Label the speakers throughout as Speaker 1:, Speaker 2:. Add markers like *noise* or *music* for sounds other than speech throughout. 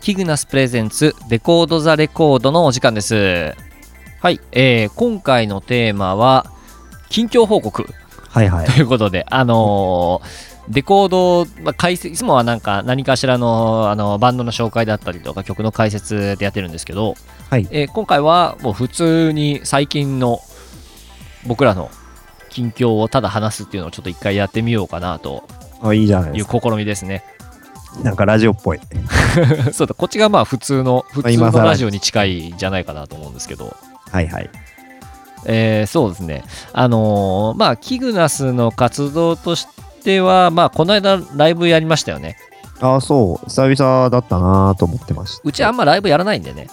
Speaker 1: キグナスプレゼンツレコード・ザ・レコードのお時間ですはい、えー今回のテーマは近況報告 *laughs*
Speaker 2: はいはい
Speaker 1: と。いうことで、あのーレコード、まあ、解説いつもはなんか何かしらの、あのバンドの紹介だったりとか曲の解説でやってるんですけど、
Speaker 2: はい
Speaker 1: えー今回はもう普通に最近の僕らの近況をただ話すっていうのをちょっと一回やってみようかなと
Speaker 2: あいいじゃない
Speaker 1: い
Speaker 2: で
Speaker 1: う
Speaker 2: すか。
Speaker 1: 試みです *laughs* ね。
Speaker 2: なんかラジオっぽい。
Speaker 1: そうだこっちがまあ普通の普通
Speaker 2: 今
Speaker 1: の
Speaker 2: 更
Speaker 1: ラジオに近いんじゃないかなと思うんですけど、
Speaker 2: はいはい。
Speaker 1: えーそうですね、あのーまあ、キグナスの活動としては、まあ、この間ライブやりましたよね。
Speaker 2: ああ、そう。久々だったなーと思ってました。
Speaker 1: うちあんまライブやらないんでね、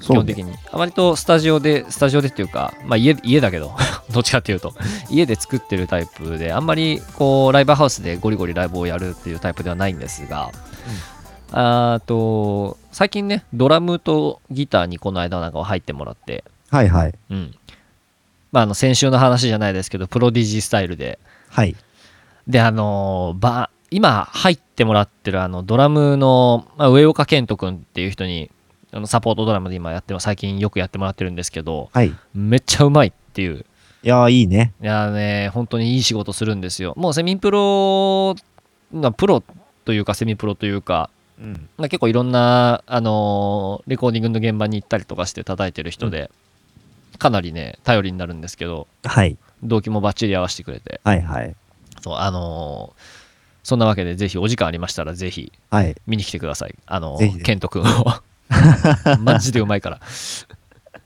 Speaker 1: 基
Speaker 2: そう
Speaker 1: 本
Speaker 2: ね
Speaker 1: 的に。あまりとスタジオで、スタジオでっていうか、まあ家家だけど、 *laughs* どっちかっていうと、家で作ってるタイプで、あんまりこうライブハウスでゴリゴリライブをやるっていうタイプではないんですが、あーと、最近ね、ドラムとギターにこの間なんかは入ってもらって、
Speaker 2: はいはい。
Speaker 1: うん。まあ、あの先週の話じゃないですけど、プロディジースタイルで、
Speaker 2: はい。
Speaker 1: で、あのーば、今入ってもらってるあのドラムの、まあ、上岡健人君っていう人に、あのサポートドラムで今やっても最近よくやってもらってるんですけど、
Speaker 2: はい。い
Speaker 1: めっちゃうまいっていう。
Speaker 2: やー、いいね。
Speaker 1: いやーね、本当にいい仕事するんですよ。もうセミプロ、まあプロというかセミプロというか、
Speaker 2: うん。
Speaker 1: まあ結構いろんな、あのーレコーディングの現場に行ったりとかして叩いてる人で、かなりね、頼りになるんですけど、
Speaker 2: はい。
Speaker 1: 動機もバッチリ合わせてくれて、
Speaker 2: はいはい。
Speaker 1: そう、あのーそんなわけで、ぜひお時間ありましたら、ぜひ
Speaker 2: はい。
Speaker 1: 見に来てください。あの
Speaker 2: ぜひぜ
Speaker 1: ー、
Speaker 2: ひ
Speaker 1: ケント君
Speaker 2: *laughs*
Speaker 1: を。マジでうまいから。い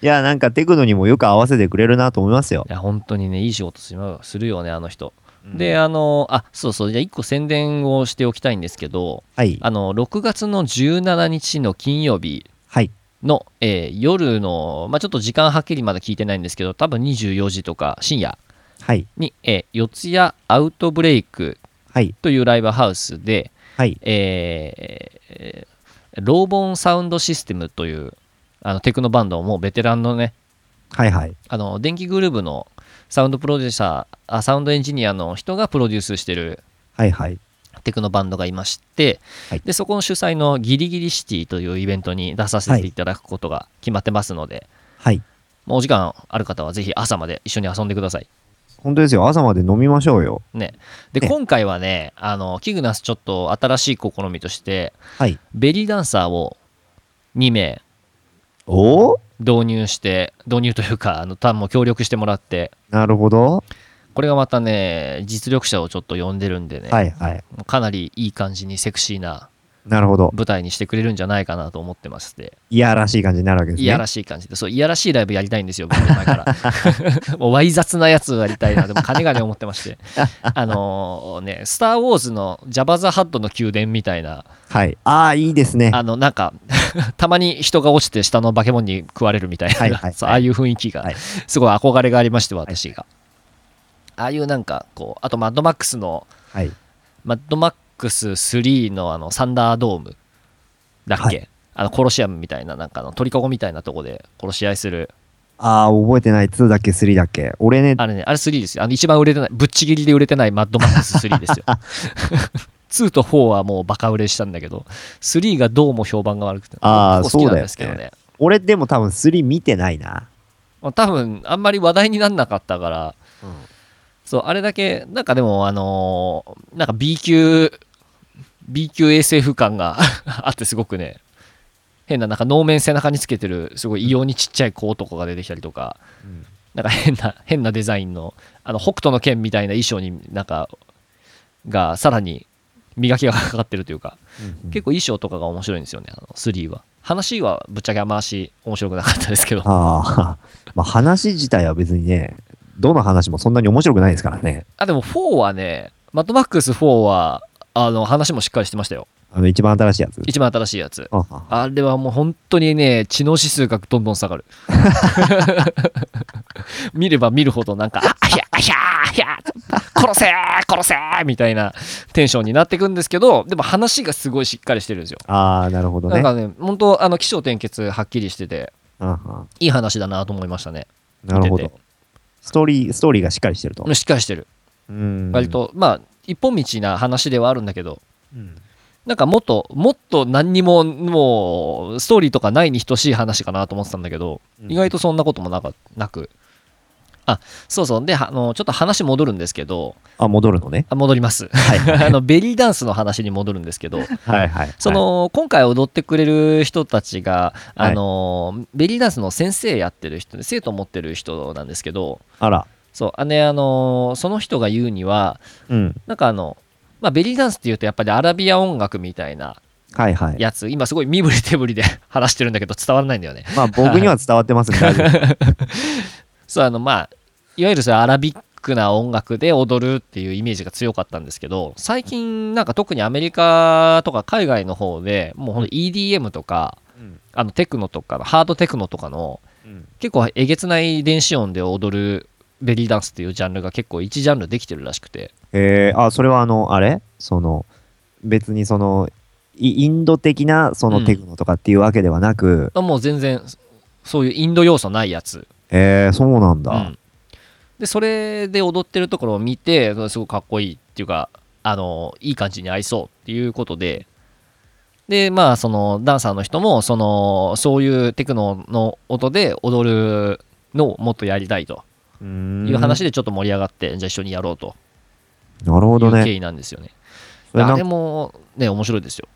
Speaker 2: いやー、なんかテクノにもよく合わせてくれるなと思いますよ。
Speaker 1: や、本当にね、いい仕事しますするよね、あの人。
Speaker 2: うん
Speaker 1: で、、あのーあ、そうそう、じゃあ1個宣伝をしておきたいんですけど、
Speaker 2: はい。
Speaker 1: あの、6月の17日の金曜日
Speaker 2: はい。
Speaker 1: の、えー夜の、まあ、ちょっと時間はっきりまだ聞いてないんですけど、多分24時とか深夜
Speaker 2: はい。
Speaker 1: に、えー四谷アウトブレイク
Speaker 2: はい。
Speaker 1: というライブハウスで、
Speaker 2: はい。
Speaker 1: えーえーローボンサウンドシステムというあのテクノバンドもうベテランのね、
Speaker 2: はいはい。
Speaker 1: あの電気グルーブのサウンドプロデューサーあ、サウンドエンジニアの人がプロデュースしてる
Speaker 2: はいはい。
Speaker 1: テクノバンドがいまして、
Speaker 2: はい
Speaker 1: でそこの主催のギリギリシティというイベントに出させていただくことが決まってますので、
Speaker 2: はい。
Speaker 1: もうお時間ある方はぜひ朝まで一緒に遊んでください。
Speaker 2: 本当ですよ。朝まで飲みましょうよ。
Speaker 1: ね、で
Speaker 2: ね
Speaker 1: 今回はねあのキグナスちょっと新しい試みとして
Speaker 2: はい。
Speaker 1: ベリーダンサーを2名
Speaker 2: おお
Speaker 1: 導入して導入というかあのタンも協力してもらって
Speaker 2: なるほど。
Speaker 1: これがまたね実力者をちょっと呼んでるんでね、
Speaker 2: はいはい。
Speaker 1: かなりいい感じにセクシーな
Speaker 2: なるほど。
Speaker 1: 舞台にしてくれるんじゃないかなと思ってまして、
Speaker 2: いやらしい感じになるわけですね。
Speaker 1: いやらしい感じでそういやらしいライブやりたいんですよ僕の前から *laughs* もうわい雑なやつをやりたいなでも金がね思ってま
Speaker 2: *laughs*
Speaker 1: してあのね「スター・ウォーズ」の「ジャバ・ザ・ハッドの宮殿」みたいな
Speaker 2: はい。ああ、いいですね。
Speaker 1: あのなんか *laughs* たまに人が落ちて下の化け物に食われるみたいな、
Speaker 2: はいはいはい
Speaker 1: そうああいう雰囲気が、
Speaker 2: はい
Speaker 1: すごい憧れがありまして私が、ああいうなんかこうあとマッドマックスの
Speaker 2: はい。
Speaker 1: マッドマックス3のあのサンダードームだっけ、
Speaker 2: は
Speaker 1: あのコロシアムみたいななんかあの鳥かごみたいなとこで殺し合いする
Speaker 2: ああ、覚えてない。2だっけ、3だっけ。俺ね、
Speaker 1: あれねあれ3ですよあの一番売れてないぶっちぎりで売れてないマッドマックス3ですよ *laughs* 2と4はもうバカ売れしたんだけど3がどうも評判が悪くて
Speaker 2: あー
Speaker 1: 僕好きなんですけど
Speaker 2: そうだ
Speaker 1: ね
Speaker 2: 俺でも多分3見てないな。
Speaker 1: まあ多分あんまり話題になんなかったからそうあれだけなんかでもあのーなんか B 級 B 級 SF 感が *laughs* あってすごくね変ななんか能面背中につけてるすごい異様にちっちゃい子男が出てきたりとか
Speaker 2: うん
Speaker 1: なんか変な変なデザインのあの北斗の剣みたいな衣装になんかがさらに磨きがかかってるというか結構衣装とかが面白いんですよねあの3は話はぶっちゃけあまし面白くなかったですけど
Speaker 2: ああ、 *laughs* まあ話自体は別にね、どの話もそんなに面白くないですからね。
Speaker 1: あ、でも4はね、マットマックス4は、あの、話もしっかりしてましたよ。
Speaker 2: あの、一番新しいやつ。
Speaker 1: 一番新しいやつ。
Speaker 2: ああ
Speaker 1: あれはもう本当にね、知能指数がどんどん下がる。 *laughs* 見れば見るほどなんか、ああひゃあひゃあひゃ殺せー殺せーみたいなテンションになっていくんですけど、でも話がすごいしっかりしてるんですよ。
Speaker 2: あー、なるほど
Speaker 1: な
Speaker 2: ね
Speaker 1: ん。かね、本当、あの、起承転結はっきりしてて、
Speaker 2: ああ
Speaker 1: いい話だなと思いましたね。
Speaker 2: なる
Speaker 1: 見
Speaker 2: ほ
Speaker 1: て
Speaker 2: ど。ストーリー、ストーリーがしっかりしてると
Speaker 1: て。しっかりしてる。
Speaker 2: うん
Speaker 1: 割。と、まあ、一本道な話ではあるんだけど、
Speaker 2: うん
Speaker 1: なんかもっと、もっと何にも、もう、ストーリーとかないに等しい話かなと思ってたんだけど、意外
Speaker 2: と。
Speaker 1: とそんなこともなかなく。あ、そうそう。で、はあの、ちょっと話戻るんですけど、
Speaker 2: あ、戻るのね。
Speaker 1: あ戻ります。 *laughs* あの、ベリーダンスの話に戻るんですけど、
Speaker 2: はいはい。
Speaker 1: その、今回踊ってくれる人たちが、
Speaker 2: は
Speaker 1: あ
Speaker 2: い
Speaker 1: の、ベリーダンスの先生やってる人で、生徒を持ってる人なんですけど、
Speaker 2: あら。
Speaker 1: そう、あね、あの、その人が言うには、
Speaker 2: うん。
Speaker 1: なんかあの、まあ、ベリーダンスっていうとやっぱりアラビア音楽みたいな
Speaker 2: はいはい。
Speaker 1: やつ、今すごい身振り手振りで *laughs* 話してるんだけど伝わらないんだよね。
Speaker 2: まあ僕には伝わってますね。大丈
Speaker 1: *laughs*
Speaker 2: 夫
Speaker 1: そう、あの、まあ、いわゆるそれアラビックな音楽で踊るっていうイメージが強かったんですけど、最近なんか特にアメリカとか海外の方で、もうほんと EDM とか、
Speaker 2: うん
Speaker 1: あのテクノとか、ハードテクノとかの
Speaker 2: うん
Speaker 1: 結構えげつない電子音で踊るベリーダンスっていうジャンルが結構一ジャンルできてるらしくて。
Speaker 2: えー、あ、それはあの、あれその、別にその、イインド的なそのテクノとかっていうわけではなく、
Speaker 1: あもう全然そういうインド要素ないやつ、
Speaker 2: えー、そうなんだ。
Speaker 1: うんでそれで踊ってるところを見てすごくかっこいいっていうかあのいい感じに合いそうっていうことででまあそのダンサーの人もそのそういうテクノの音で踊るのをもっとやりたいと
Speaker 2: うーん
Speaker 1: いう話でちょっと盛り上がって、じゃあ一緒にやろうと
Speaker 2: なる
Speaker 1: い
Speaker 2: ほど
Speaker 1: う経
Speaker 2: ね。
Speaker 1: 緯なんですよね。
Speaker 2: それ
Speaker 1: あ
Speaker 2: な
Speaker 1: れ
Speaker 2: ん
Speaker 1: もね面白いですよ。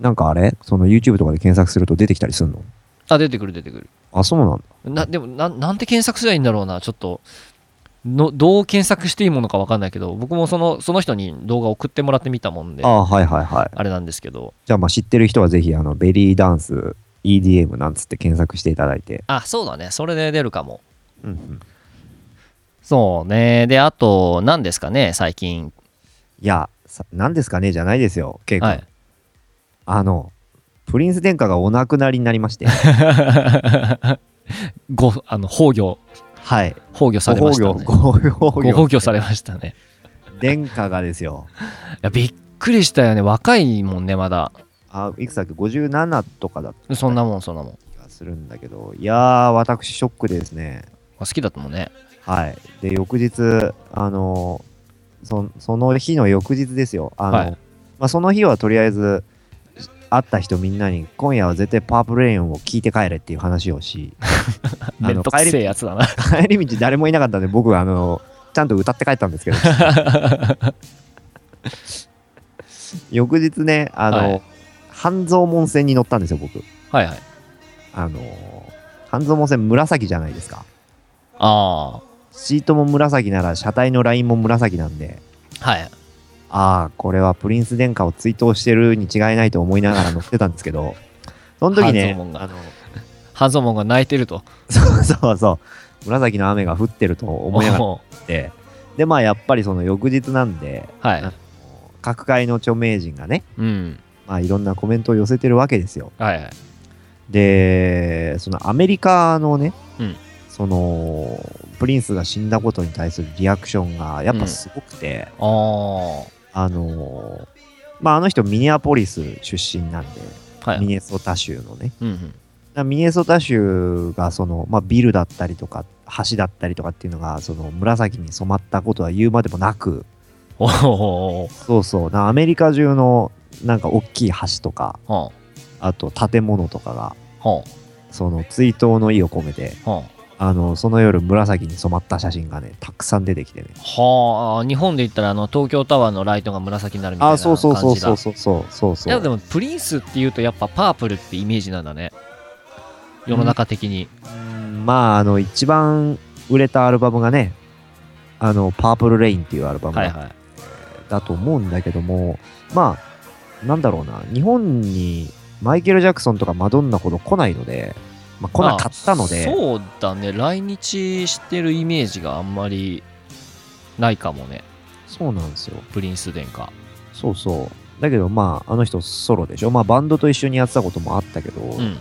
Speaker 2: なんかあれその YouTube とかで検索すると出てきたりするの
Speaker 1: あ出てくる出てくる。
Speaker 2: あ、そうなんだ。
Speaker 1: なでもなんなんて検索すればいいんだろうなちょっとのどう検索していいものか分かんないけど僕もそのその人に動画送ってもらってみたもんであ
Speaker 2: あはいはいはい。
Speaker 1: れなんですけど
Speaker 2: じゃあまあ知ってる人はぜひ、あの、ベリーダンス、EDM なんつって検索していただいて。
Speaker 1: あそうだねそれで出るかも
Speaker 2: うんうん、
Speaker 1: そうねであと何ですかね最近
Speaker 2: いや、さなんですかねじゃないですよ、結構、
Speaker 1: はい
Speaker 2: あの、プリンス殿下がお亡くなりになりまして。
Speaker 1: ごあの崩御
Speaker 2: はい。
Speaker 1: 崩 *laughs* 御されましたね
Speaker 2: ご崩御、ご
Speaker 1: ご
Speaker 2: 崩御
Speaker 1: 崩御されましたね
Speaker 2: 殿下がですよ。
Speaker 1: いやびっくりしたよね若いもんねまだ
Speaker 2: あ、いくつだっけ ?57 とかだった
Speaker 1: そん
Speaker 2: な
Speaker 1: なもんそんなもん
Speaker 2: 気がするんだけど、いやー、私、ショックでですね。
Speaker 1: 好きだったもんね
Speaker 2: はい。で、翌日、あのーそ、その日の翌日ですよ。あの、
Speaker 1: はい
Speaker 2: まあ、その日はとりあえず、会った人みんなに、今夜は絶対パープルレインを聞いて帰れっていう話
Speaker 1: *laughs*
Speaker 2: をし、
Speaker 1: *laughs* めんどくせえやつだな
Speaker 2: 帰り道誰もいなかったんで、僕は
Speaker 1: *laughs*
Speaker 2: あの、ちゃんと歌って帰ったんですけど、翌日ね、あの、
Speaker 1: はい
Speaker 2: 半蔵門線に乗ったんですよ、僕。
Speaker 1: はいはい
Speaker 2: あの、半蔵門線紫じゃないですか。
Speaker 1: あ
Speaker 2: シートも紫なら、車体のラインも紫なんで、
Speaker 1: あはい
Speaker 2: ああ、これはプリンス殿下を追悼してるに違いないと思いながら乗ってたんですけど、その時
Speaker 1: 半
Speaker 2: ね
Speaker 1: 蔵門、が
Speaker 2: あの
Speaker 1: 半蔵門が泣いてると
Speaker 2: *laughs* そうそうそう、紫の雨が降ってると思いながら乗
Speaker 1: もう
Speaker 2: って、で、まあやっぱりその翌日なんで、
Speaker 1: はい
Speaker 2: あの各界の著名人がね、
Speaker 1: うん。
Speaker 2: まあいろんなコメントを寄せてるわけですよ。
Speaker 1: はいはい。
Speaker 2: で、そのアメリカのね、
Speaker 1: うん
Speaker 2: その、プリンスが死んだことに対するリアクションがやっぱすごくて、
Speaker 1: ああ。
Speaker 2: あのーまああの人ミネアポリス出身なんで、
Speaker 1: はい。
Speaker 2: ミネソタ州のね。
Speaker 1: うんうん。
Speaker 2: だミネソタ州がその、まあ、ビルだったりとか橋だったりとかっていうのがその紫に染まったことは言うまでもなく
Speaker 1: おお
Speaker 2: そうそうなアメリカ中のなんか大きい橋とか
Speaker 1: おお。
Speaker 2: あと建物とかが
Speaker 1: ほ
Speaker 2: その追悼の意を込めて
Speaker 1: うほう
Speaker 2: あのその夜紫に染まった写真がねたくさん出てきてね
Speaker 1: はあ。日本で言ったらあの東京タワーのライトが紫になるみたい
Speaker 2: あ
Speaker 1: な
Speaker 2: あ
Speaker 1: 感
Speaker 2: そう
Speaker 1: じだ。
Speaker 2: そうそうそうそうそうそう
Speaker 1: いやでもプリンスっていうとやっぱパープルってイメージなんだね。世の中的に。
Speaker 2: うんまああの一番売れたアルバムがねあのパープルレインっていうアルバム
Speaker 1: はい
Speaker 2: が
Speaker 1: はい。
Speaker 2: だと思うんだけども、まあ、なんだろうな、日本にマイケル・ジャクソンとかマドンナほど来ないので、まあ、来なかったの
Speaker 1: あ
Speaker 2: で、
Speaker 1: そうだね。来日してるイメージがあんまりないかもね。
Speaker 2: そうなんですよ。
Speaker 1: プリンス殿下。
Speaker 2: そうそう。だけど、まあ、あの人ソロでしょ。まあ、バンドと一緒にやってたこともあったけど、
Speaker 1: うん。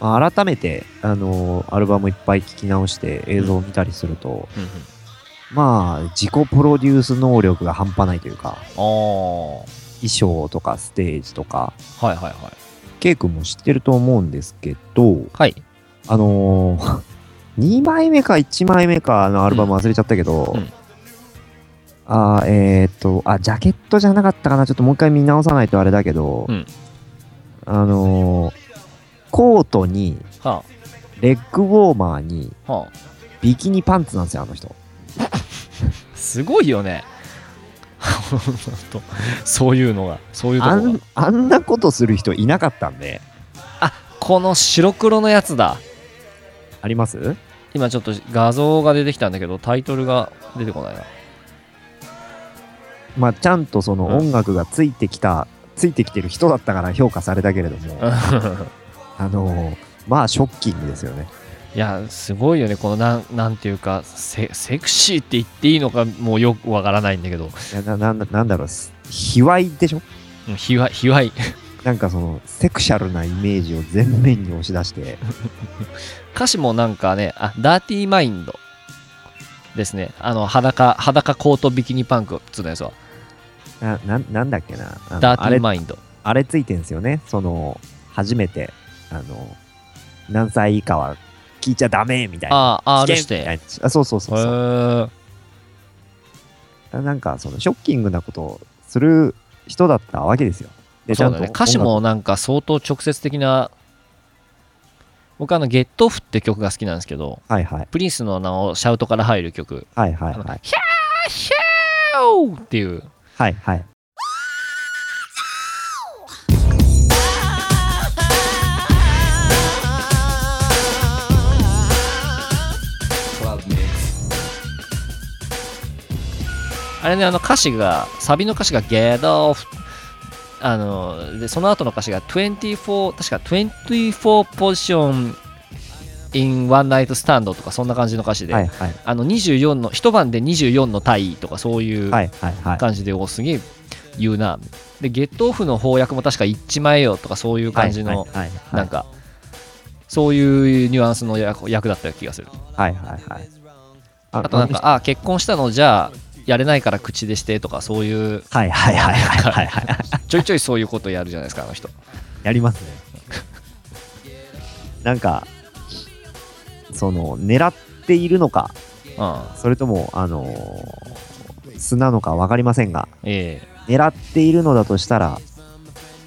Speaker 2: まあ、改めて、あのーアルバムいっぱい聞き直して映像を見たりすると、
Speaker 1: うんうん。
Speaker 2: まあ、自己プロデュース能力が半端ないという
Speaker 1: あ
Speaker 2: か、
Speaker 1: あ。
Speaker 2: 衣装とかステージとか、
Speaker 1: はいはいはい。
Speaker 2: ケイ君も知ってると思うんですけど、
Speaker 1: はい。
Speaker 2: あのー、2枚目か1枚目かのアルバム忘れちゃったけど、
Speaker 1: うんうん
Speaker 2: あーえーっと、あ、ジャケットじゃなかったかな。ちょっともう一回見直さないとあれだけど、
Speaker 1: うん
Speaker 2: あのーコートに、
Speaker 1: は
Speaker 2: レッグウォーマーに、
Speaker 1: あ、はあ、
Speaker 2: ビキニパンツなんですよ、あの人。
Speaker 1: すごいよね *laughs* 本当そういうのがそういうとこ
Speaker 2: あ
Speaker 1: ろが
Speaker 2: んあんなことする人いなかったんで、
Speaker 1: この白黒のやつだ
Speaker 2: あります
Speaker 1: 今ちょっと画像が出てきたんだけどタイトルが出てこないな
Speaker 2: まあ、ちゃんとその
Speaker 1: うん
Speaker 2: 音楽がついてきた、ついてきてる人だったから評価されたけれど
Speaker 1: *laughs*
Speaker 2: も、あのーまあ、ショッキングですよね。
Speaker 1: いやすごいよねこのなんなんていうかセセクシーって言っていいのかもうよくわからないんだけど
Speaker 2: いやなななんだろう、す卑猥でしょ
Speaker 1: うん卑猥卑猥
Speaker 2: なんかその、セクシャルなイメージを前面に押し出して、
Speaker 1: 歌詞もなんかねあダーティーマインドですねあの裸裸コートビキニパンクっつうのやつは
Speaker 2: ななんなんだっけなあの
Speaker 1: ダーテ
Speaker 2: あ
Speaker 1: ィ
Speaker 2: れ
Speaker 1: ーマインド
Speaker 2: あれついてんすよねその初めてあの何歳以下は聞いちゃダメみたいな
Speaker 1: ああ R
Speaker 2: 危
Speaker 1: し
Speaker 2: 険みた
Speaker 1: て
Speaker 2: いなあそうそうそうそ
Speaker 1: へー
Speaker 2: うなんかそのショッキングなことをする人だったわけですよで
Speaker 1: そうだね
Speaker 2: ちゃんと
Speaker 1: 歌詞もなんか相当直接的な僕あの「ゲットオフ」って曲が好きなんですけど
Speaker 2: はいはい
Speaker 1: プリンスの名をシャウトから入る曲
Speaker 2: はいはい
Speaker 1: あの
Speaker 2: はい
Speaker 1: ヒャーヒャーオーっていう
Speaker 2: はいはい
Speaker 1: あれねあの歌詞がサビの歌詞が「ゲットオフ」あのでその後の歌詞が24確か24ポジション in one night stand とかそんな感じの歌詞で、
Speaker 2: はいはい
Speaker 1: あの24の一晩で24の体位とかそういう
Speaker 2: はいはいはい
Speaker 1: 感じでおすげえ言うなでゲットオフの翻訳も確か一ちまえよとかそういう感じの
Speaker 2: はいはいはい
Speaker 1: なんかそういうニュアンスの役役だった気がする
Speaker 2: はいはいはいあ
Speaker 1: あとなんかあ結婚したのじゃあやれないから口でしてとかそういう
Speaker 2: はいはいはいはいはいはい
Speaker 1: ちょいちょいそういうことやるじゃないですかあの人
Speaker 2: やり
Speaker 1: *laughs*
Speaker 2: ますね。なんか、その、狙っているのか、
Speaker 1: うん
Speaker 2: それとも、あのー素なのか分かりませんが、
Speaker 1: ええ
Speaker 2: 狙っているのだとしたら、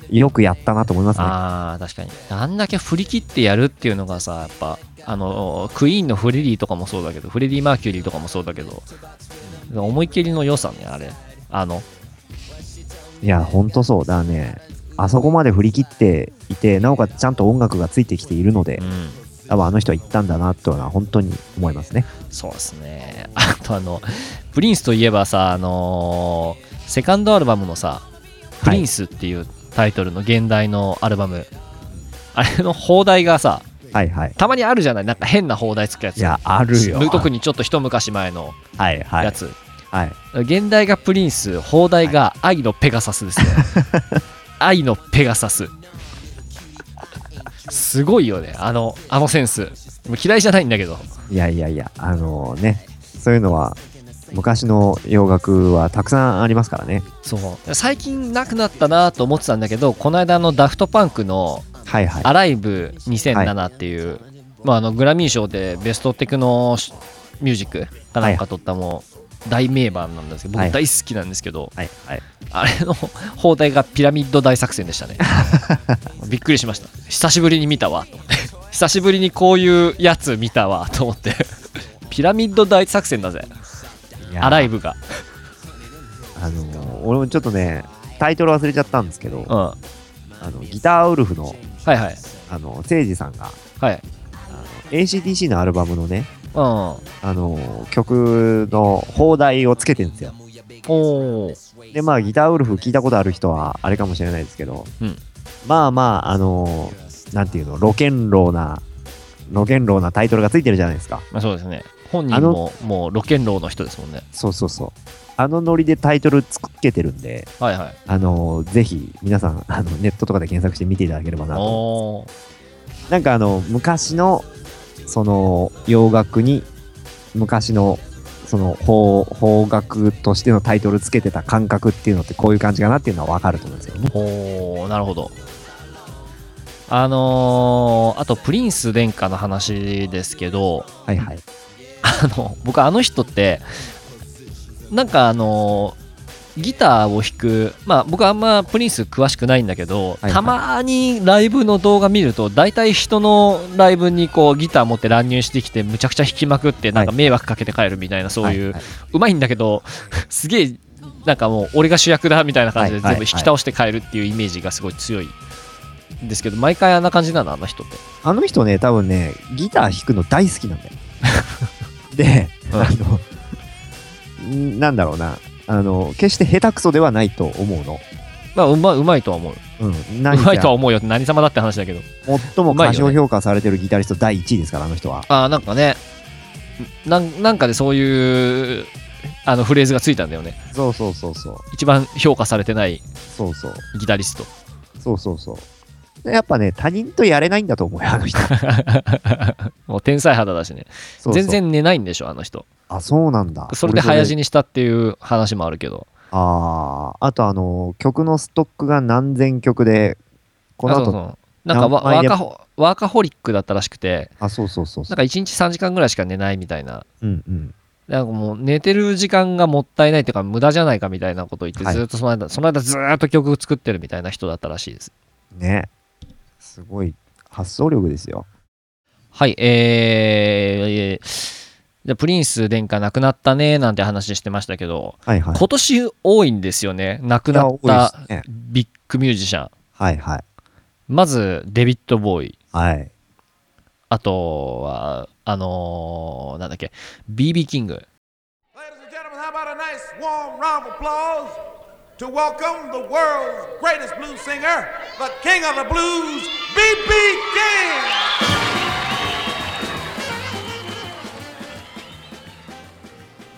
Speaker 2: よくやったなと思いますね。
Speaker 1: あー確かにあんだけ振り切ってやるっていうのがさやっぱあのクイーンのフレディとかもそうだけどフレディ・マーキュリーとかもそうだけど思いっきりの良さねあれあの
Speaker 2: いや、ほんとそう。だからね、あそこまで振り切っていて、なおかつちゃんと音楽がついてきているので
Speaker 1: う、ん
Speaker 2: 多分あの人は言ったんだなというのは本当に思いますね。
Speaker 1: そうですね。あとあの、プリンスといえばさ、あのーセカンドアルバムのさ、プリンスっていうタイトルの現代のアルバム、あれの放題がさ、
Speaker 2: はいはい。
Speaker 1: たまにあるじゃないなんか変な放題つくやつ。
Speaker 2: いや、あるよ。
Speaker 1: 特にちょっと一昔前の
Speaker 2: はいは
Speaker 1: や
Speaker 2: い。
Speaker 1: つ。
Speaker 2: はい。
Speaker 1: 現代がプリンス、放題が愛のペガサスです
Speaker 2: *laughs*
Speaker 1: ね。愛のペガサス。すごいよね、あの、あのセンス。もう嫌いじゃないんだけど。
Speaker 2: いやいやいや、あのね、そういうのは昔の洋楽はたくさんありますからね。
Speaker 1: そう最近なくなったなと思ってたんだけどこの間あのダフトパンクの
Speaker 2: はい
Speaker 1: 「
Speaker 2: はい。
Speaker 1: アライブ2007」っていう、まあ、あのグラミー賞でベストテクノミュージックかなんか取ったもう大名盤なんですけど
Speaker 2: は
Speaker 1: 僕
Speaker 2: い
Speaker 1: 大好きなんですけど、
Speaker 2: はいはい。
Speaker 1: あれの放題がピラミッド大作戦で
Speaker 2: *laughs*
Speaker 1: したねびっくりしました久しぶりに見たわと思って久しぶりにこういうやつ見たわと思ってピラミッド大作戦だぜアライ
Speaker 2: ブ。
Speaker 1: ブが、
Speaker 2: あの俺もちょっとね、タイトル忘れちゃったんですけど、
Speaker 1: うん、は
Speaker 2: あのギターウルフの、
Speaker 1: いはい
Speaker 2: あの、誠治さんが、
Speaker 1: はい
Speaker 2: あの ACDC のアルバムのね、
Speaker 1: うんお
Speaker 2: あの曲の放題をつけてるんですよ。
Speaker 1: おー
Speaker 2: で、まあ、ギターウルフ聞いたことある人はあれかもしれないですけど、
Speaker 1: うん
Speaker 2: まあまあ、あのなんていうの、ロケンローな、ロケンローなタイトルがついてるじゃないですか。
Speaker 1: まあ、そうですね。本人
Speaker 2: あ
Speaker 1: ももうロケンローの人ですもんね。
Speaker 2: そうそうそう。あのノリでタイトルつけてるんで、
Speaker 1: はいはい。
Speaker 2: あのぜひ皆さんあの、ネットとかで検索して見ていただければなと。
Speaker 1: おー
Speaker 2: なんかあの、昔の、その、洋楽に、昔の、その邦、邦楽としてのタイトルつけてた感覚っていうのってこういう感じかなっていうのはわかると思うんですよね。
Speaker 1: おーなるほど。あのーあとプリンス殿下の話ですけど、 *laughs*
Speaker 2: はいはい。
Speaker 1: あの僕あの人ってなんかあのギターを弾く、まあ、僕あんまプリンス詳しくないんだけど、
Speaker 2: いはい
Speaker 1: たまにライブの動画見ると大体人のライブにこうギター持って乱入してきてむちゃくちゃ弾きまくってなんか迷惑かけて帰るみたいな、そういう、
Speaker 2: はいは
Speaker 1: うまいんだけどすげえなんかもう俺が主役だみたいな感じで
Speaker 2: はい
Speaker 1: 全
Speaker 2: はい
Speaker 1: 部引き倒して帰るっていうイメージがすごい強いんですけど毎回あんな感じなのあの人って。
Speaker 2: あの人ね、多分ね、ギター弾くの大好きなんだよ。で、
Speaker 1: うん
Speaker 2: あの、んなんだろうな、あの、決して下手くそではないと思うの。
Speaker 1: まあ、うまうまいとは思う。
Speaker 2: うん。
Speaker 1: う
Speaker 2: 何
Speaker 1: まいとは
Speaker 2: か、
Speaker 1: 思うよって何様だって話だけど。
Speaker 2: 最も過小評価されてるギタリスト第1位ですから、あの人は。
Speaker 1: ああ、なんかね、なんなんかでそういうあのフレーズがついたんだよね。
Speaker 2: そうそうそうそう。
Speaker 1: 一番評価されてない
Speaker 2: そうそう。
Speaker 1: ギタリスト。
Speaker 2: そうそうそう。でやっぱね、他人とやれないんだと思うよ、あ
Speaker 1: *laughs*
Speaker 2: の人。そう
Speaker 1: もう天才肌だしね。
Speaker 2: そう
Speaker 1: 全。然寝ないんでしょ、あの人。
Speaker 2: あ、そうなんだ。
Speaker 1: それで早死
Speaker 2: に。
Speaker 1: にしたっていう話もあるけど。
Speaker 2: ああ、あとあの、曲のストックが何千曲で、この
Speaker 1: あそう
Speaker 2: 後、
Speaker 1: そうなんかワ
Speaker 2: 何枚
Speaker 1: ワー
Speaker 2: で
Speaker 1: カホワーカホリックだったらしくて、
Speaker 2: あ、そうそうそうそ
Speaker 1: なん
Speaker 2: う。
Speaker 1: か1日3時間ぐらいしか寝ないみたいな。
Speaker 2: うんうん。
Speaker 1: なんかもう寝てる時間がもったいないというか無駄じゃないかみたいなことを言って
Speaker 2: はい
Speaker 1: ずっとその間、その間ずーっと曲作ってるみたいな人だったらしいです。
Speaker 2: ね。すごい発想力ですよ。
Speaker 1: はい、えー、じゃあプリンス殿下亡くなったねなんて話してましたけど、
Speaker 2: はいはい。
Speaker 1: 今年多いんですよね、亡くなっ
Speaker 2: いや
Speaker 1: た
Speaker 2: 多いですね
Speaker 1: ビッグミュージシャン。
Speaker 2: はいはい。
Speaker 1: まず、デビッド・ボーイ。
Speaker 2: はい。
Speaker 1: あとは、あのーなんだっけ、BB キング。
Speaker 3: Ladies and gentlemen, how about a nice warm round of applause to welcome the world's greatest blues singer, the king of the blues, B.B. King!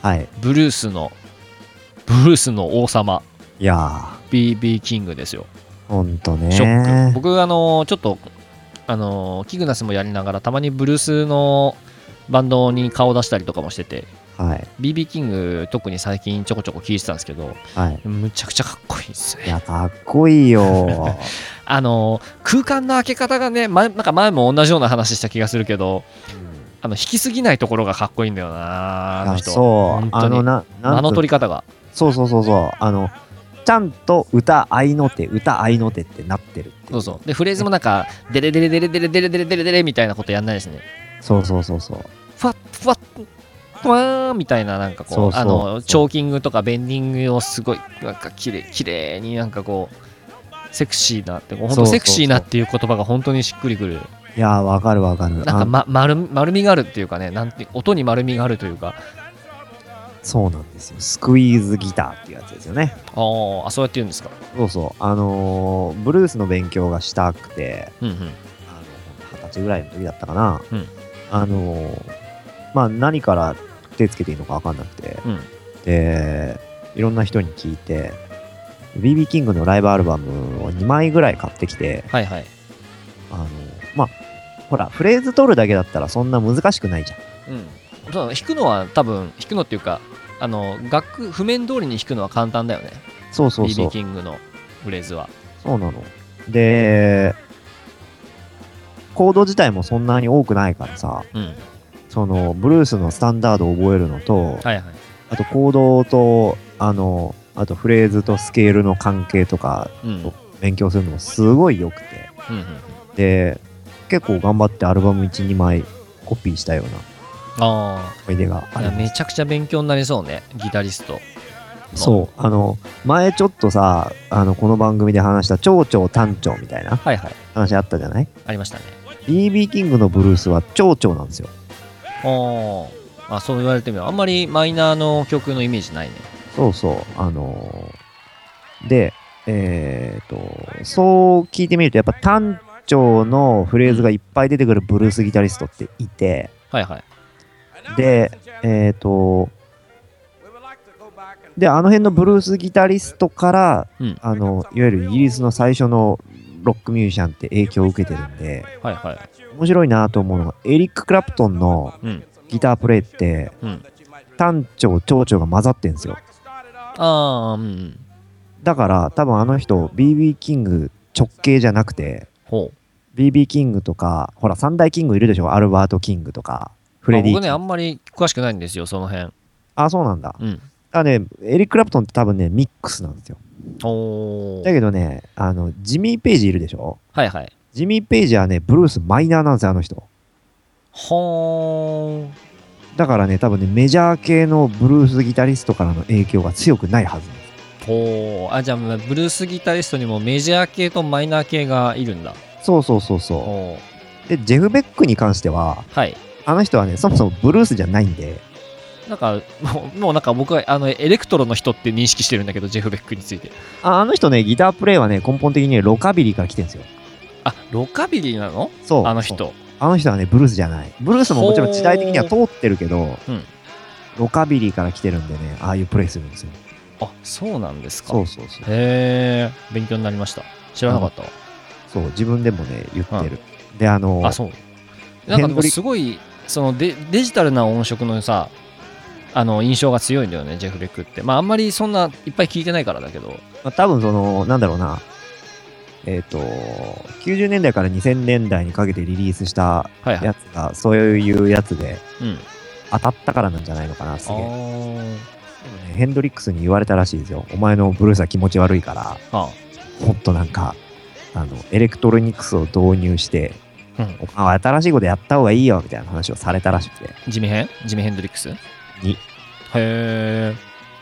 Speaker 2: はい。
Speaker 1: ブルースの、ブルースの王様、
Speaker 2: いやー、
Speaker 1: BB キングですよ。
Speaker 2: ほんとね。
Speaker 1: ショック。僕、あのーちょっと、あのーキグナスもやりながら、たまにブルースのバンドに顔出したりとかもしてて、
Speaker 2: はい。
Speaker 1: BB キング特に最近ちょこちょこ聞いてたんですけど
Speaker 2: はい。
Speaker 1: むちゃくちゃかっこいいです
Speaker 2: い
Speaker 1: ね
Speaker 2: や、かっこいい
Speaker 1: *laughs*
Speaker 2: よ。
Speaker 1: あの空間の開け方がね前なんか前も同じような話した気がするけどあの引きすぎないところがかっこいいんだよなあの
Speaker 2: あ
Speaker 1: 人
Speaker 2: そう。あ
Speaker 1: あ
Speaker 2: の、
Speaker 1: の
Speaker 2: な、な
Speaker 1: 間
Speaker 2: ん
Speaker 1: の
Speaker 2: と
Speaker 1: 取り方が
Speaker 2: そうそうそうそう。あの、ちゃんと歌合いの手、歌合いの手ってなってるってい
Speaker 1: そうそうでフレーズもなんかデレデレデレデレデレデレデレデレみたいなことやんないですね
Speaker 2: そうそうそうそう。
Speaker 1: ふわっふわっふわーみたいななんかこう
Speaker 2: そうそう
Speaker 1: あのチョーキングとかベンディングをすごいなんか綺麗綺麗になんかこうセクシーなって本
Speaker 2: そうそう
Speaker 1: 当
Speaker 2: そう
Speaker 1: セクシーなっていう言葉が本当にしっくりくる
Speaker 2: いやー、わかるわかる。
Speaker 1: なん
Speaker 2: あ
Speaker 1: か、ま、丸み丸みがあるっていうかねなんて音に丸みがあるというか
Speaker 2: そうなんですよ。スクイーズギターっていうやつですよね。
Speaker 1: あーあそうやって言うんですか
Speaker 2: そうそう。あのーブルースの勉強がしたくて、
Speaker 1: うんうん
Speaker 2: あの二十歳ぐらいの時だったかな。
Speaker 1: うん
Speaker 2: あのーまあ、何から手つけていいのかわかんなくて、
Speaker 1: うん
Speaker 2: で、いろんな人に聞いて、BB キングのライブアルバムを2枚ぐらい買ってきて、
Speaker 1: はいはい
Speaker 2: あの、まあ、ほら、フレーズ取るだけだったらそんな難しくないじゃん。
Speaker 1: うんそう弾くのは多分弾くのっていうかあの楽譜面通りに弾くのは簡単だよね
Speaker 2: そうそうそう
Speaker 1: BB。キングのフレーズは
Speaker 2: そうなの。で、コード自体もそんなに多くないからさ、
Speaker 1: うん
Speaker 2: その、ブルースのスタンダードを覚えるのと、
Speaker 1: はいはい
Speaker 2: あとコードと、あの、あとフレーズとスケールの関係とか
Speaker 1: うんうんうん
Speaker 2: 勉強するのもすごい良くて、
Speaker 1: うん
Speaker 2: で、結構頑張ってアルバム1、2枚コピーしたような
Speaker 1: あ
Speaker 2: 思い出が
Speaker 1: あ
Speaker 2: あ
Speaker 1: い
Speaker 2: る
Speaker 1: や
Speaker 2: んで
Speaker 1: めちゃくちゃ勉強になりそうねギタリスト
Speaker 2: す。そう、あの、前ちょっとさ、あの、この番組で話した長調短調みたいな
Speaker 1: はいはい
Speaker 2: 話あったじゃない
Speaker 1: ありましたね
Speaker 2: ?BB キングのブルースは長調なんですよ。
Speaker 1: ああそう言われてみればあんまりマイナーの曲のイメージないね
Speaker 2: そうそう、あのーで、えっ、と、そう聞いてみると、やっぱ単調のフレーズがいっぱい出てくるブルースギタリストっていて、
Speaker 1: はいはい
Speaker 2: で、えっ、と、で、あの辺のブルースギタリストから、
Speaker 1: うん
Speaker 2: あの、いわゆるイギリスの最初のロックミュージシャンって影響を受けてるんで、
Speaker 1: はいはい
Speaker 2: 面白いなと思うのが、エリック・クラプトンの
Speaker 1: うん
Speaker 2: ギタープレイって、
Speaker 1: うん
Speaker 2: 単調、長調が混ざってんですよ。
Speaker 1: ああうんうん
Speaker 2: だから、多分あの人、BB キング直系じゃなくて、
Speaker 1: ほう
Speaker 2: BB キングとか、ほら、三大キングいるでしょ、アルバート・キングとか、フレディ
Speaker 1: あ僕ねあんまり詳しくないんですよその辺
Speaker 2: あ、そうなんだ。
Speaker 1: うん
Speaker 2: あね、エリック・クラプトンって多分ね、ミックスなんですよ。
Speaker 1: お
Speaker 2: だけどね、あの、ジミー・ペイジいるでしょ
Speaker 1: はいはい。
Speaker 2: ジミー・ペイジはね、ブルースマイナーなんですよ、あの人。
Speaker 1: ほーん。
Speaker 2: だからね、多分ね、メジャー系のブルースギタリストからの影響が強くないはずなんです。
Speaker 1: ほー。あ、じゃあ、ブルースギタリストにもメジャー系とマイナー系がいるんだ。
Speaker 2: そうそうそうそ
Speaker 1: ほー。
Speaker 2: う。で、ジェフ・ベックに関しては、
Speaker 1: はい。
Speaker 2: あの人はね、そもそもブルースじゃないんで、
Speaker 1: なんか、もう、もうなんか僕は、あの、エレクトロの人って認識してるんだけど、ジェフ・ベックについて。
Speaker 2: ああの人ね、ギタープレイはね、根本的にねロカビリーから来てるんですよ。
Speaker 1: あ、ロカビリーなの
Speaker 2: そう。
Speaker 1: あの
Speaker 2: そう。
Speaker 1: 人。
Speaker 2: あの人はね、ブルースじゃない。ブルースももちろん時代的には通ってるけど、
Speaker 1: うん
Speaker 2: ロカビリーから来てるんでね、ああいうプレイするんですよ。
Speaker 1: あ、そうなんですか。
Speaker 2: そうそうそう。
Speaker 1: へー。勉強になりました。知らなかったわ。
Speaker 2: そう、自分でもね、言ってる。で、あの、
Speaker 1: あそうなんか
Speaker 2: ヘン
Speaker 1: で
Speaker 2: ド
Speaker 1: も
Speaker 2: リック
Speaker 1: すごいそのデデジタルな音色のさあの印象が強いんだよねジェフ・レックってまああんまりそんないっぱい聞いてないからだけど
Speaker 2: まあ、多分その、なんだろうな、えっ、と、90年代から2000年代にかけてリリースした
Speaker 1: はいはい
Speaker 2: やつが、そういうやつで
Speaker 1: うん
Speaker 2: 当たったからなんじゃないのかな、す
Speaker 1: あ
Speaker 2: げえ。でも
Speaker 1: ー
Speaker 2: ね、ヘンドリックスに言われたらしいですよ。お前のブルースは気持ち悪いから、
Speaker 1: あ
Speaker 2: もっとなんか、あの、エレクトロニクスを導入して、
Speaker 1: うん
Speaker 2: お前は新しいことやった方がいいよ、みたいな話をされたらしくて、
Speaker 1: ジミヘンジミヘンドリックスへ
Speaker 2: に、
Speaker 1: え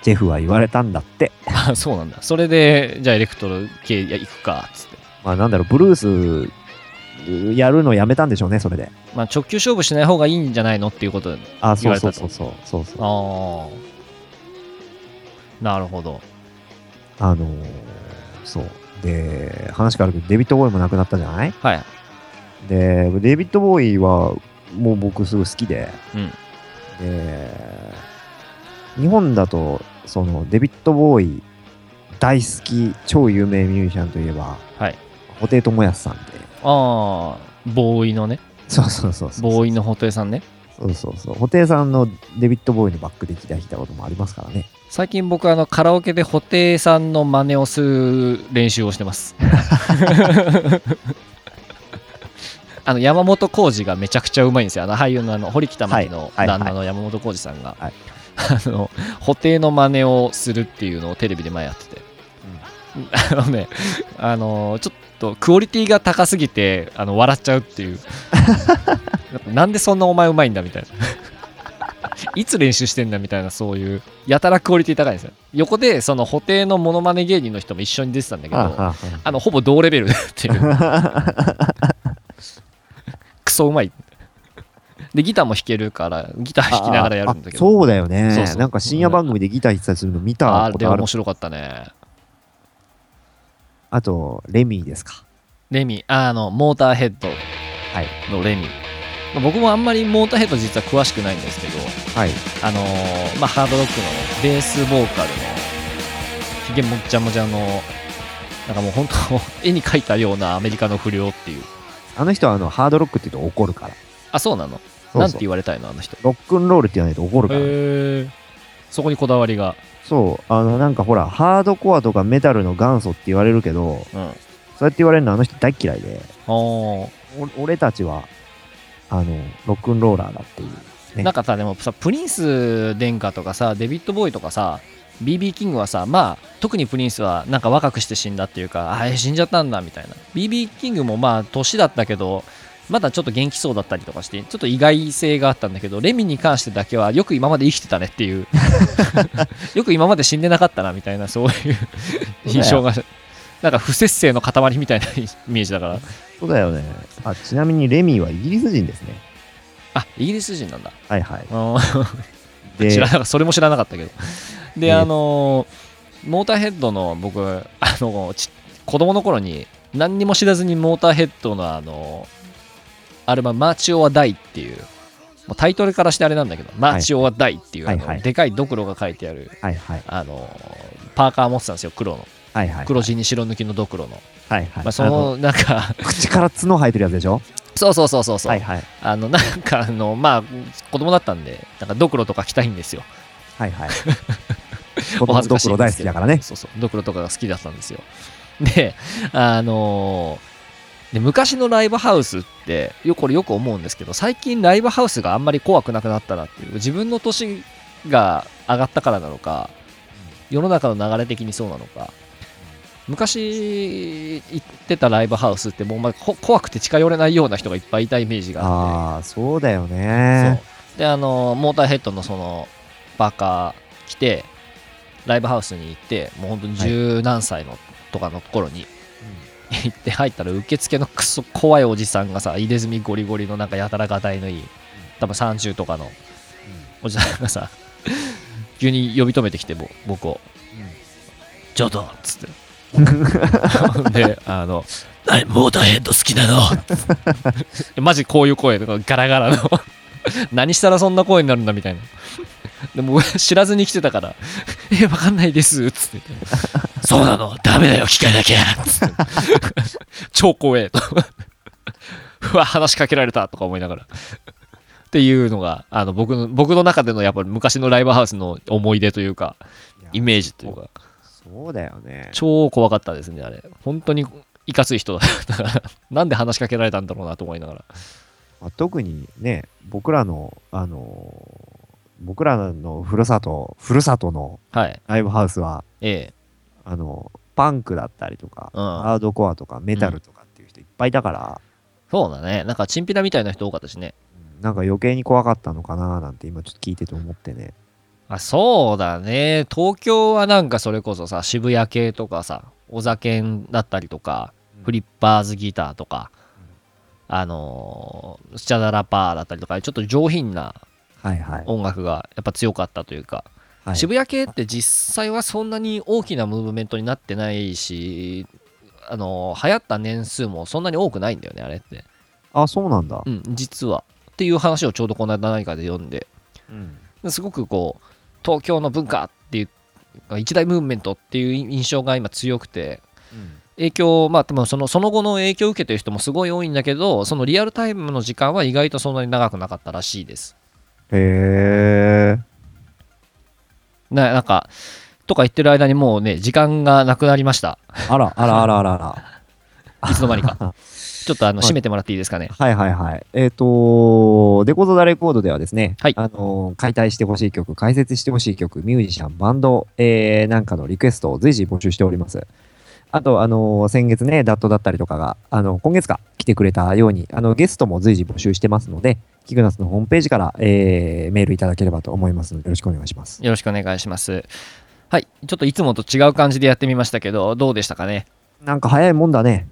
Speaker 2: ジェフは言われたんだって。
Speaker 1: あそうなんだそれでじゃあエレクトロ系いや行くかっつって
Speaker 2: まあなんだろう、ブルース、やるのやめたんでしょうね、それで。
Speaker 1: まあ直球勝負しない方がいいんじゃないのっていうことで
Speaker 2: あ、
Speaker 1: 言
Speaker 2: そ
Speaker 1: わ
Speaker 2: う
Speaker 1: れ
Speaker 2: そ
Speaker 1: た
Speaker 2: う
Speaker 1: と
Speaker 2: そうそう、そうそう。
Speaker 1: ああなるほど
Speaker 2: あのーそう。で、話変わるけど、デビッド・ボーイも亡くなったじゃない
Speaker 1: はい
Speaker 2: で、デビッド・ボーイは、もう僕すごい好きで、
Speaker 1: うん
Speaker 2: で、日本だと、その、デビッド・ボーイ、大好き、超有名ミュージシャンといえば、
Speaker 1: はい
Speaker 2: 布袋寅泰さんで。
Speaker 1: ああボーイのね
Speaker 2: そうそうそうそう。
Speaker 1: ボー
Speaker 2: イ。
Speaker 1: イの布袋さんね
Speaker 2: そうそうそう。布袋さんのデビッド・ボーイのバックでギター弾いたこともありますからね。
Speaker 1: 最近僕あのカラオケで布袋さんの真似をする練習をしてます
Speaker 2: *laughs*
Speaker 1: あの山本浩二がめちゃくちゃうまいんですよあの俳優のあの堀北真希の
Speaker 2: はいは
Speaker 1: 旦
Speaker 2: い
Speaker 1: 那の山本浩二さんが、
Speaker 2: はい
Speaker 1: あの布袋の真似をするっていうのをテレビで前やってて、あのねあのちょっとクオリティが高すぎてあの笑っちゃうっていう *laughs* なんでそんなお前うまいんだみたいな *laughs* いつ練習してんだみたいなそういうやたらクオリティ高いんですよ横でその布袋のモノマネ芸人の人も一緒に出てたんだけどあ
Speaker 2: ああ
Speaker 1: のほぼ同レベルっていう *laughs* クソうまいでギターも弾けるからギター弾きながらやるんだけ
Speaker 2: ああ
Speaker 1: ど
Speaker 2: そうだよね
Speaker 1: そうそう
Speaker 2: なんか深夜番組でギター弾いてたりするの見
Speaker 1: あ
Speaker 2: たこ
Speaker 1: れ
Speaker 2: とある
Speaker 1: 面。白かったね
Speaker 2: あと、レミーですか。
Speaker 1: レミあのモーターヘッド
Speaker 2: はい
Speaker 1: のレミ、まあ僕もあんまりモーターヘッド実は詳しくないんですけど
Speaker 2: はい。
Speaker 1: あのーまあ、ハードロックのベースボーカルのひげもっちゃもちゃのなんかもう本当 *laughs* 絵に描いたようなアメリカの不良っていう
Speaker 2: あの人はあのハードロックって言うと怒るから。
Speaker 1: あそうなの
Speaker 2: そう
Speaker 1: なんて
Speaker 2: そう
Speaker 1: 言われたいのあの人へ
Speaker 2: ロックンロールって言わないと怒るから。
Speaker 1: えそこにこだわりが
Speaker 2: そう。あの、なんかほら、ハードコアとかメタルの元祖って言われるけど、
Speaker 1: うんあ
Speaker 2: そうやって言われるのあの人大嫌いで、
Speaker 1: ー
Speaker 2: お俺たちは、あの、ロックンローラーだっていう。ね
Speaker 1: なんかさでもさプリンス殿下とかさデビッド・ボーイとかさ BB キングはさまあ特にプリンスはなんか若くして死んだっていうかあー死んじゃったんだみたいな BB キングもまあ年だったけどまだちょっと元気そうだったりとかしてちょっと意外性があったんだけどレミに関してだけはよく今まで生きてたねっていう *laughs* よく今まで死んでなかったなみたいなそういう印象がなんか不節制の塊みたいなイメージだから
Speaker 2: そうだよね。あ、ちなみにレミーはイギリス人ですね。
Speaker 1: あイギリス人なんだ
Speaker 2: はいはい。
Speaker 1: うん
Speaker 2: で、
Speaker 1: 知らなかったそれも知らなか
Speaker 2: *laughs*
Speaker 1: ったけどで、
Speaker 2: ええ
Speaker 1: あのモーターヘッドの僕あのち子供の頃に何にも知らずにモーターヘッドのあのアルバム「マーチオアダイ」っていうもうタイトルからしてあれなんだけど「マーチオアダイ」っていう、
Speaker 2: はい
Speaker 1: あの
Speaker 2: はい
Speaker 1: でかいドクロが書いてある
Speaker 2: はいはい。
Speaker 1: あのパーカー持ってたんですよ黒の
Speaker 2: はいはい。
Speaker 1: 黒地に白抜きのドクロの、
Speaker 2: はいはい。
Speaker 1: まあ、そ
Speaker 2: あの
Speaker 1: のなんか
Speaker 2: 口から角生えてるやつでしょ
Speaker 1: そうそうそうそうそう、
Speaker 2: はいはい。
Speaker 1: あのなんかあのまあ子供だったんでなんかドクロとか着たいんですよ
Speaker 2: は
Speaker 1: *laughs*
Speaker 2: いはい。
Speaker 1: お
Speaker 2: 僕
Speaker 1: 恥ず
Speaker 2: ド
Speaker 1: かし
Speaker 2: ク
Speaker 1: い
Speaker 2: ロ
Speaker 1: んで
Speaker 2: 大
Speaker 1: すけ
Speaker 2: 好き
Speaker 1: ど
Speaker 2: だからね。
Speaker 1: そうそう、ドクロとかが好きだったんですよ。 *laughs* で、あのーで昔のライブハウスって、よこれよく思うんですけど、最近ライブハウスがあんまり怖くなくなったなっていう、自分の年が上がったからなのか、世の中の流れ的にそうなのか昔行ってたライブハウスってもう、まこ怖くて近寄れないような人がいっぱいいたイメージがあって
Speaker 2: ああ、そうだよ
Speaker 1: そう
Speaker 2: ね。
Speaker 1: であのモーターヘッドのそのバカ来てライブハウスに行ってもう本当に十何歳のとかの頃に、行って入ったら受付のクソ怖いおじさんがさ入れ墨ゴリゴリのなんかやたらがたいのいい多分30とかのおじさんがさ急に呼び止めてきてぼ僕を「ちょっと」っつって。で、あの、 *laughs* 何モーターヘッド好きなの *laughs* マジこういう声とかガラガラの。何したらそんな声になるんだみたいな。でも僕知らずに来てたから、え、わかんないです、つって言って。そうなのダメだよ、聞かなきゃつって。超怖えと。うわ、話しかけられたとか思いながら。っていうのが、あの、僕の、僕の中でのやっぱり昔のライブハウスの思い出というか、イメージというか。
Speaker 2: そうだよね。
Speaker 1: 超怖かったですね、あれ。本当にいかつい人だったから、なんで話しかけられたんだろうなと思いながら。
Speaker 2: まあ、特にね、僕らの、あのー僕らのふるさと、ふるさとの
Speaker 1: はい。
Speaker 2: ライブハウスは、
Speaker 1: ええ。
Speaker 2: あのパンクだったりとか、
Speaker 1: うん
Speaker 2: ハードコアとか、メタルとかっていう人いっぱいいたから、
Speaker 1: そうだね。なんか、チンピラみたいな人多かったしね。
Speaker 2: なんか余計に怖かったのかななんて今ちょっと聞いてて思ってね。
Speaker 1: あ、そうだね。東京はなんかそれこそさ、渋谷系とかさ、お酒だったりとか、フリッパーズギターとか、あのースチャダラパーだったりとか、ちょっと上品な
Speaker 2: はいはい。
Speaker 1: 音楽がやっぱ強かったというか、
Speaker 2: はい、
Speaker 1: 渋谷系って実際はそんなに大きなムーブメントになってないしあの流行った年数もそんなに多くないんだよねあれって
Speaker 2: あ、そうなんだ
Speaker 1: う。ん実はっていう話をちょうどこの間何かで読んで
Speaker 2: うん
Speaker 1: すごくこう東京の文化っていうか一大ムーブメントっていう印象が今強くて影響まあ多分そのその後の影響を受けてる人もすごい多いんだけどそのリアルタイムの時間は意外とそんなに長くなかったらしいです
Speaker 2: へえ。
Speaker 1: ななんかとか言ってる間にもうね時間がなくなりました
Speaker 2: あら、あら、あら、あら、あら。
Speaker 1: いつの間に
Speaker 2: *laughs*
Speaker 1: か。ちょっとあの
Speaker 2: はい
Speaker 1: 閉めてもらっていいですかね。
Speaker 2: はいはいはい。えっ、とデコゾダレコードではですね、
Speaker 1: はい
Speaker 2: あのー解体してほしい曲、解説してほしい曲、ミュージシャン、バンド、えーなんかのリクエストを随時募集しております。あと、あのー先月ね、ダットだったりとかが、あの今月か、来てくれたように、あの、ゲストも随時募集してますので、キグナスのホームページから、えーメールいただければと思いますので、よろしくお願いします。
Speaker 1: よろしくお願いします。はい、ちょっといつもと違う感じでやってみましたけど、どうでしたかね。
Speaker 2: なんか早いもんだね。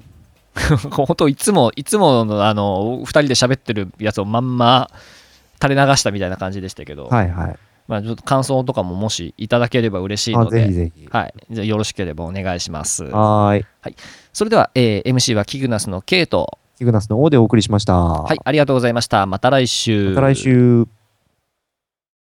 Speaker 1: 本当いつもいつものあの2人で喋ってるやつをまんま垂れ流したみたいな感じでしたけど、
Speaker 2: はいはい。
Speaker 1: まあちょっと感想とかももしいただければ嬉しい
Speaker 2: あ
Speaker 1: ので。
Speaker 2: ぜひぜひ。
Speaker 1: はい、じゃあよろしければお願いします。
Speaker 2: はーい。
Speaker 1: それでは、えー MC はキグナスのケイト。
Speaker 2: キグナスの方でお送りしました。
Speaker 1: はい、ありがとうございました。また来週。
Speaker 2: また来週。